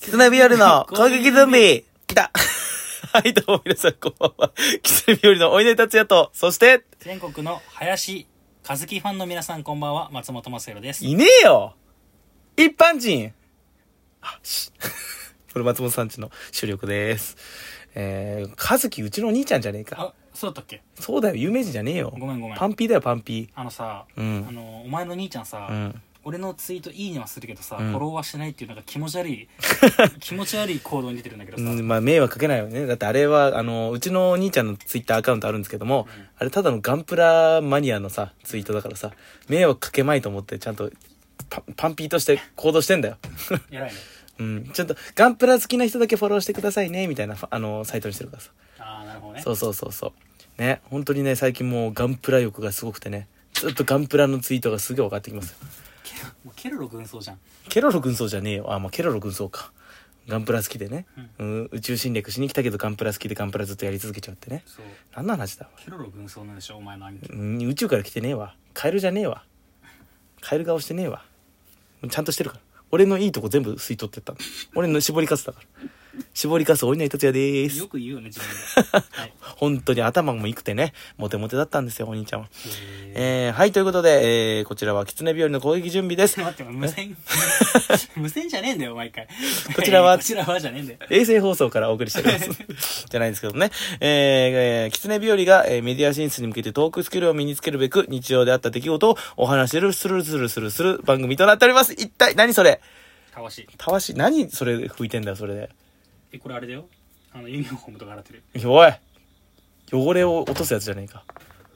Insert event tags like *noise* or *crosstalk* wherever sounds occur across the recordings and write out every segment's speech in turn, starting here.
ツネ日和 *laughs* の攻撃準備来た *laughs* はい、どうも皆さん、こんばんは。キツネ日和のおいで達也と、そして、全国の林和樹ファンの皆さんこんばんは松本正弘ですいねえよ一般人あ、し。 *laughs* これ松本さんちの主力です。えー、和樹うちのお兄ちゃんじゃねえか。あそうだったっけそうだよ、有名人じゃねえよ。ごめんごめんパンピーだよ、パンピあのさ、うんあのお前の兄ちゃんさ、ー。うん。俺のツイートいいねはするけどさ、んフォローはしないっていうなんか気持ち *laughs* 悪い気持ち悪い行動に出てるんだけどさ、うんまあ、迷惑かけないよね。だってあれは、あの、うちのお兄ちゃんのツイッターアカウントあるんですけども、あれただのガンプラマニアのさ、ツイートだからさ、迷惑かけまいと思って、ちゃんとパ、パンピーとして行動してんだよ。 *laughs* 偉いねうん。ちょっと、ガンプラ好きな人だけフォローしてくださいね、みたいな、あの、サイトにしてるからさ。ああなるほどねそうそうそうそう。ね、本当にね、最近もうガンプラ欲がすごくてね、ずっとガンプラのツイートがすげえ上がってきますよ。ケロもうケロロ軍曹じゃんケロロ軍曹じゃねえよ。あ、まあ、ケロロ軍曹か。ガンプラ好きでね、うん宇宙侵略しに来たけどガンプラ好きでガンプラずっとやり続けちゃうってね。そう何の話だケロロ軍曹なんでしょお前の兄貴うん宇宙から来てねえわ。カエルじゃねえわ。カエル顔してねえわ。ちゃんとしてるから。俺のいいとこ全部吸い取ってったの。俺の絞りかすだから。絞りかす、お稲荷達也でーす *laughs* よ。く言うよね自分で、はい、本当に頭もいくてね、モテモテだったんですよ、お兄ちゃんは。ええー、はい、ということで、えー、こちらは狐日和の攻撃準備ですー、。待って *laughs* 無線無線じゃねえんだよ毎回こちらは *laughs* こちらはじゃねえんだよ衛星放送からお送りしております。じゃないんですけどね。えー、えー、狐日和が、えーメディア進出に向けてトークスキルを身につけるべく、日常であった出来事をお話しする、するするするする番組となっております。一体、何それたわしたわし、何それ吹いてんだよ、それで。えこれあれだよあのユニフォームとか洗ってるおい汚れを落とすやつじゃねえか。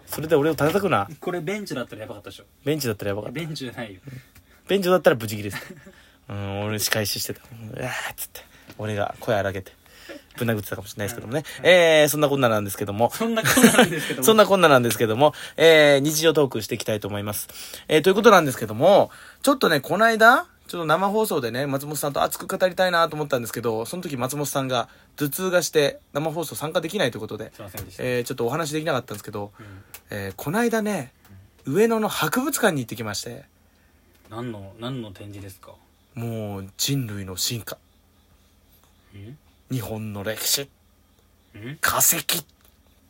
それで俺を叩くな。これベンチだったらやばかったでしょベンチだったらやばかった。ベンチじゃないよ便所だったらブチギレしてたうん俺仕返ししてたうんうわーっつって俺が声荒げてぶん殴ってたかもしれないですけどもね、えー、そんなこんななんですけどもそんなこんななんですけども *laughs* そんなこんななんですけども、えー、日常トークしていきたいと思います。えー、ということなんですけども、ちょっとね、この間、ちょっと生放送でね、松本さんと熱く語りたいなと思ったんですけど、その時松本さんが頭痛がして生放送参加できないということで、すいませんでしたえー、ちょっとお話できなかったんですけど、えー、この間ね、上野の博物館に行ってきまして、何の何の展示ですかもう人類の進化うん日本の歴史うん化石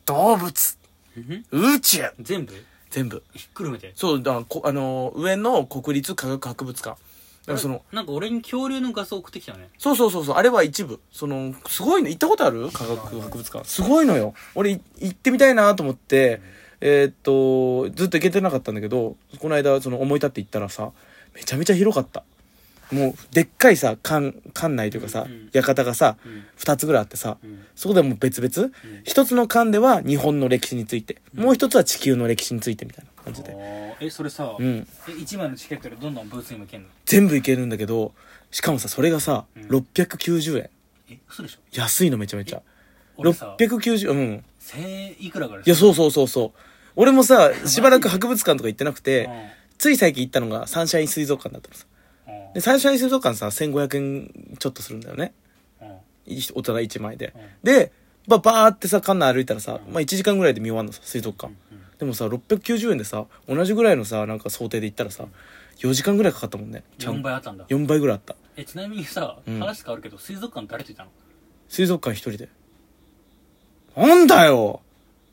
動物うん宇宙全部全部ひっくるめてそうだからこあのー上野国立科学博物館だからそのなんか俺に恐竜の画像送ってきたよねそうそうそうそうあれは一部そのすごいの行ったことある科学博物館すごいのよ俺い行ってみたいなと思ってえーっとずっと行けてなかったんだけどこの間その思い立って行ったらさめちゃめちゃ広かったもうでっかいさ館館内というかさ、うんうん館がさ、うん2つぐらいあってさ、うんそこでもう別々、一つの館では日本の歴史について、もう一つは地球の歴史についてみたいな感じあでーえそれさ、うんえ1枚のチケットでどんどんブースに向けんの全部いけるんだけどしかもさそれがさ、ん690円え嘘でしょ安いのめちゃめちゃ俺さ690うん1000いくらからいやそうそうそうそう俺もさしばらく博物館とか行ってなくてつい最近行ったのがサンシャイン水族館だったのさうんでサンシャイン水族館さ1500円ちょっとするんだよねうんうんい大人1枚でうんでばバーってさ館内歩いたらさ、まあ、1時間ぐらいで見終わるのさ水族館でもさ690円でさ同じぐらいのさなんか想定で行ったらさ4時間ぐらいかかったもんねちゃ4ん倍あったんだ4倍ぐらいあったえちなみにさ、うん話変わるけど水族館誰といたの水族館一人でなんだよ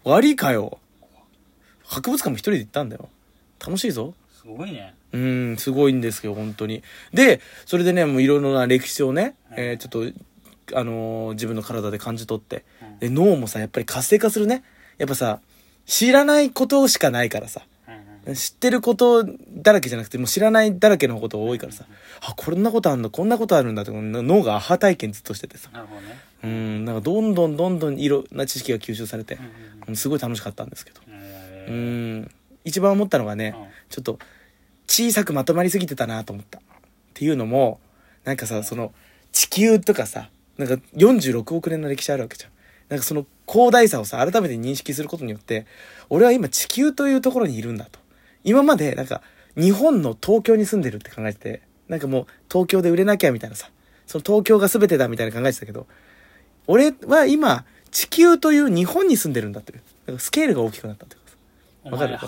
悪いかよ博物館も一人で行ったんだよ楽しいぞすごいねうーん、すごいんですけど、本当に。で、それでね、もういろいろな歴史をね、はいえーちょっと、あのー自分の体で感じ取って、うんで、脳もさ、やっぱり活性化するね。やっぱさ、知らないことしかないからさ、うんうん知ってることだらけじゃなくて、もう知らないだらけのことが多いからさ、あ、こんなことあるんだ、こんなことあるんだって、脳がアハ体験ずっとしててさ、なるほどねうーん、なんかどんどんどんどんいろんな知識が吸収されてうん、うんすごい楽しかったんですけど。うんうんえうーーん、一番思ったのがね、うんちょっと小さくまとまりすぎてたなと思った。っていうのも、なんかさ、その地球とかさ、なんか46億年の歴史あるわけじゃん。なんかその広大さをさ、改めて認識することによって、俺は今地球というところにいるんだと。今までなんか日本の東京に住んでるって考えてて、なんかもう東京で売れなきゃみたいなさ、その東京が全てだみたいな考えてたけど、俺は今地球という日本に住んでるんだという。なんかスケールが大きくなったというかさ。おわか前は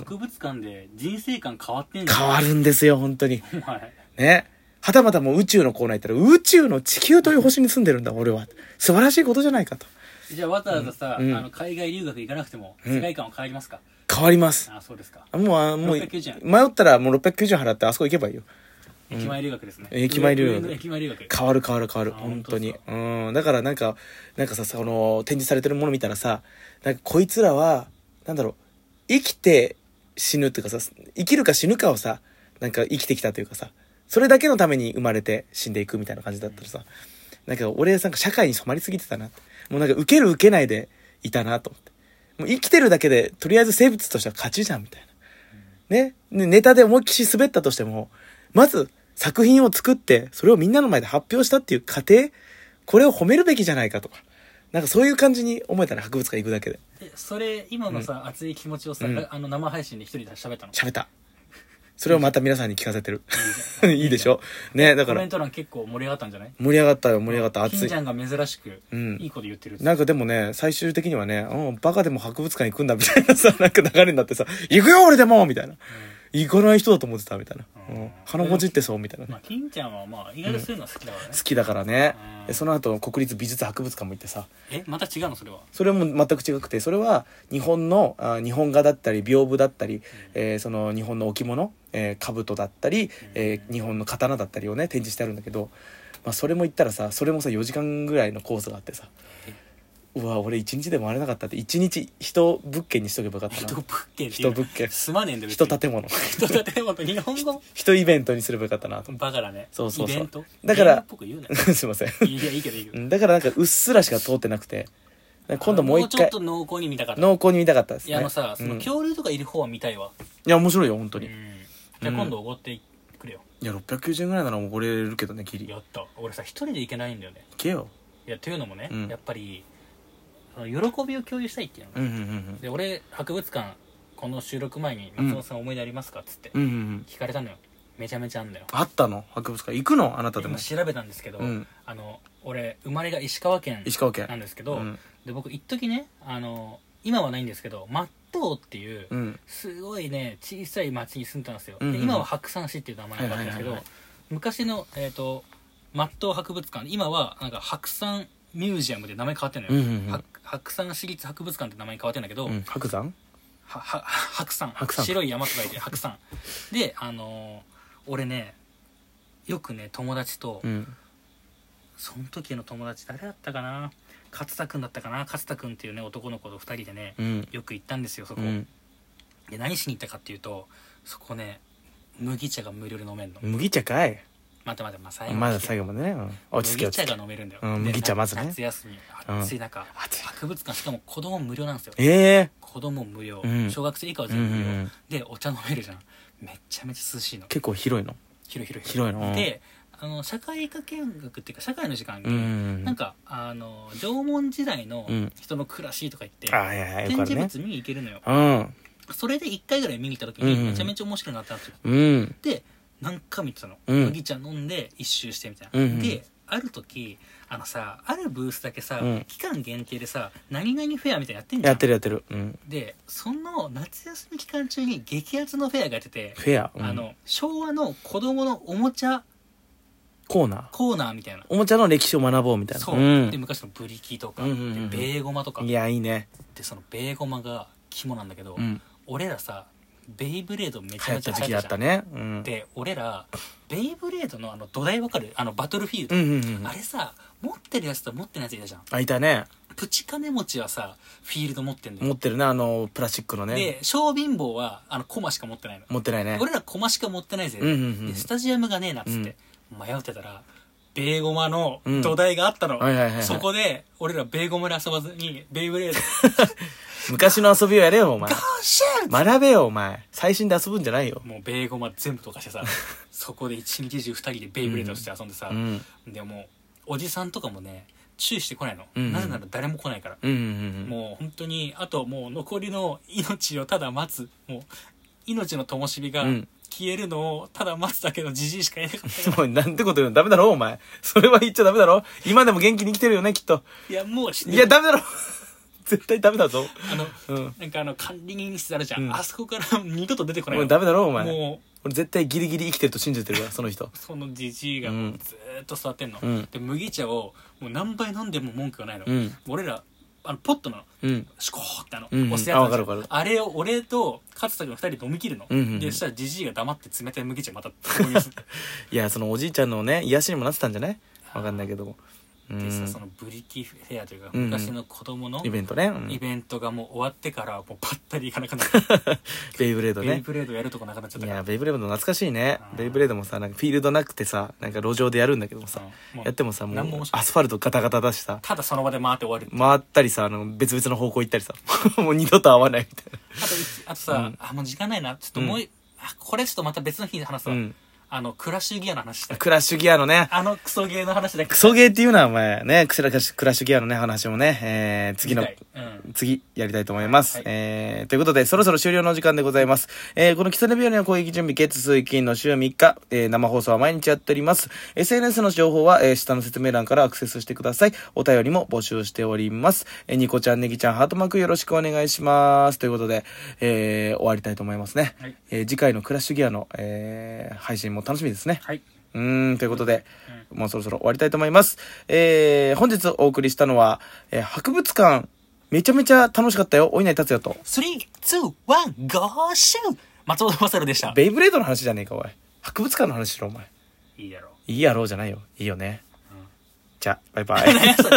たまたもう宇宙のコーナー行ったら、宇宙の地球という星に住んでるんだ、俺は。素晴らしいことじゃないかと。じゃあわざわざさ、うんあの海外留学行かなくてもうん世界観は変わりますか、変わります。あそうですか、あもう、あもう、迷690円ったらもう690円払ってあそこ行けばいいよ。駅前留学ですね駅前留学上の駅前 *laughs* 留学変わる変わる変わるあ本当に本うんだからなんかなんかさその展示されてるもの見たらさなんかこいつらはなんだろう生きて死ぬっていうかさ生きるか死ぬかをさなんか生きてきたというかさそれだけのために生まれて死んでいくみたいな感じだったらさなんか俺なんか社会に染まりすぎてたなってもうなんか受ける受けないでいたなと思ってもう生きてるだけでとりあえず生物としては勝ちじゃんみたいなね、ねネタで思いっきり滑ったとしても、まず作品を作って、それをみんなの前で発表したっていう過程、これを褒めるべきじゃないかとか、なんかそういう感じに思えたら博物館行くだけで。でそれ今のさ、熱い気持ちをさ、うんあの生配信で一人で喋ったの喋った。それをまた皆さんに聞かせてる。いいでしょね、だかコメらン、ト欄結構盛り上がったんじゃない盛り上がったよ、盛り上がった、熱金いち。ゃんが珍しく、うんいいこと言ってるっつってなんかでもね、最終的にはね、うん、バカでも博物館行くんだみたいなさ、 *laughs* なんか流れになってさ、行くよ俺でもみたいな。行かない人だと思ってたみたいな。うんうん。鼻ほじってそうみたいなねまあ、金ちゃんはまあ意外とそういうのは好きだからね、好きだからねうんでその後国立美術博物館も行ってさえまた違うのそれはそれも全く違くてそれは日本のあ日本画だったり屏風だったり、えーその日本の置物、えー兜だったり、えー日本の刀だったりをね展示してあるんだけど、まあ、それも行ったらさそれもさ4時間ぐらいのコースがあってさうわ俺1日でもあれなかったって1日人物件にしとけばよかった人な物件っていう人の物件すまねえんだよ別に人建物人建て本当日本語人イベントにすればよかったなとバカだねそうそうそうイベントだからゲームっぽく言うなよ *laughs* すいませんいやいいけどいいけうどんだからなんかうっすらしか通ってなくてなんか *laughs* 今度もう一もう回ちょっと濃厚に見たかった濃厚に見たかったですいねやあのさ、そのうん恐竜とかいる方は見たいわ、いや面白いよ本当うに、いん、じゃあ今度おごってくれよ、や690円ぐらいならもうこれるけどねギリや行った俺さ一人で行けないんだよねけよいやというのもね、うんやっぱりあの喜びを共有したいっていうのが、うんうんうんで俺博物館この収録前に「うん松本さん思い出ありますか?」っつってうんうんうん聞かれたのよめちゃめちゃあんだよあったの博物館行くのあなたでも今調べたんですけど、うんあの俺生まれが石川県石川県なんですけど、うんで僕一時ねあの今はないんですけど松東っていう、うんすごいね小さい町に住んでたんですよ、うんうんで今は白山市っていう名前なんではいすけど、はいはいはい昔のえっ、と松東博物館今はなんか白山ミュージアムで名前変わってんのよ、うんうんうんは白山市立博物館って名前変わってんだけど、うん白山はは白山白山白い山と書いて白山であのー俺ねよくね友達と、うんその時の友達誰だったかな勝田君だったかな勝田君っていうね男の子と2人でねうんよく行ったんですよそこ、うんで何しに行ったかっていうとそこね麦茶が無料で飲めるの、麦茶かいまたまたまあ最後まだ最後までねうん落ち着け麦落ち茶着がけ飲めるんだよ、うんで麦茶まずね夏休みうん暑い中、暑い博物館しかも子供無料なんですよええ子供無料、うん小学生以下はうんう全部無料、んうんでお茶飲めるじゃんめっちゃめちゃ涼しいの結構広いの広い広い広いのであの社会科見学っていうか社会の時間うに、んうんなんかあの縄文時代のうん人の暮らしとか言って、あいやいやよくあ展るね示物見に行けるのよ、うんそれで1回ぐらい見に行った時うんうんにめちゃめちゃ面白いなってなって、うんで何回も行ってたの、うん麦茶飲んで一周してみたいな、うんうんである時あのさあるブースだけさ、うん期間限定でさ何々フェアみたいなのやってんじゃんやってるやってるうんでその夏休み期間中に激アツのフェアがやってて、フェアうんあの昭和の子供のおもちゃコーナーコーナーみたいなおもちゃの歴史を学ぼうみたいなそう、んで昔のブリキとか、うんうんうんでベーゴマとかいやいいねでそのベーゴマが肝なんだけど、うん俺らさベイブレードめち流ゃ行めっちゃた流行時期だったじっゃたんねうんで俺らベイブレードのあの土台わかるあのバトルフうィールド、んうんうんあれさ持ってるやつと持ってないやついたじゃんあいたねプチ金持ちはさフィールド持ってんだよ持ってるなあのプラスチックのねで小貧乏はあのコマしか持ってないの持ってないね俺らコマしか持ってないぜ、うんうんうんでスタジアムがねえなっつって、迷ってたらベーゴマの土台があったの、んはいはいはいはいそこで俺らベーゴマで遊ばずにベイ *laughs* ブレード昔の遊びをやれよお前シュ学べよお前最新で遊ぶんじゃないよもうベーゴマ全部溶か *laughs* してさそこで一日中二人でベイブレードして遊んでさ、うんでもうおじさんとかもね注意してこないの、うんうんなぜなら誰も来ないから、うんうんうんもう本当にあともう残りの命をただ待つもう命の灯火がうん消えるのをただ待つだけのじじいしかいなか *laughs* ったから、おいなんてこと言うのダメだろお前それは言っちゃダメだろ今でも元気に生きてるよねきっといやもう死いやダメだろ *laughs* 絶対ダメだぞあの、うんなんかあの管理人室あるじゃん、うんあそこから二度と出てこないおのいダメだろお前もう俺絶対ギリギリ生きてると信じてるわその人そのじじいがもうずーっと座ってんの、うんで麦茶をもう何杯飲んでも文句がないの、うん俺らあのポットなのうんシュコーってあの、うんうん押すやつあわかるわかるあれを俺と勝田君の2人飲み切るの、うんうんうんでそしたらじじいが黙って冷たい麦茶また購入するいやそのおじいちゃんのね癒しにもなってたんじゃないわかんないけども *laughs* うんでさそのブリティフェアというかうんうん昔の子供のイベントね、うんイベベントがもう終わってからもうばったりいかなくなっちゃった、 *laughs* イブレードベイねブレードやるとこなくなっちゃっいたからやベイブレードも懐かしいねうんベイブレードもさなんかフィールドなくてさなんか路上でやるんだけどもさうんもうやってもさも何うも面白くないアスファルトガタガタだしさただその場で回って終わる回ったりさあの別々の方向行ったりさ *laughs* もう二度と会わないみたいなあといあとさ、あもう時間ないなちょっともうい、あこれちょっとまた別の日に話すわ、うんあのクラッシュギアの話したいクラッシュギアのねあのクソゲーの話だけクソゲーっていうのはお前ねクラッシュクラッシュギアのね話もね、えー次の見たいうん次やりたいと思います。はいえー、ということで、そろそろ終了の時間でございます。えー、このキツネ日和の攻撃準備、月水金の週3日、えー、生放送は毎日やっております。SNS の情報は、えー、下の説明欄からアクセスしてください。お便りも募集しております。えー、ニコちゃん、ネギちゃん、ハートマークよろしくお願いします。ということで、えー、終わりたいと思いますね。はいえー、次回のクラッシュギアの、えー、配信も楽しみですね。はい、うーん、ということで、もうそろそろ終わりたいと思います。えー、本日お送りしたのは、えー博物館、めちゃめちゃ楽しかったよ。お稲荷達也と。 321ゴーシュー松本勝でしたベイブレードの話じゃねえか、おい。博物館の話しろ、お前。いいだろういいやろうじゃないよ。いいよね。じゃあ、バイバイ。何やそれ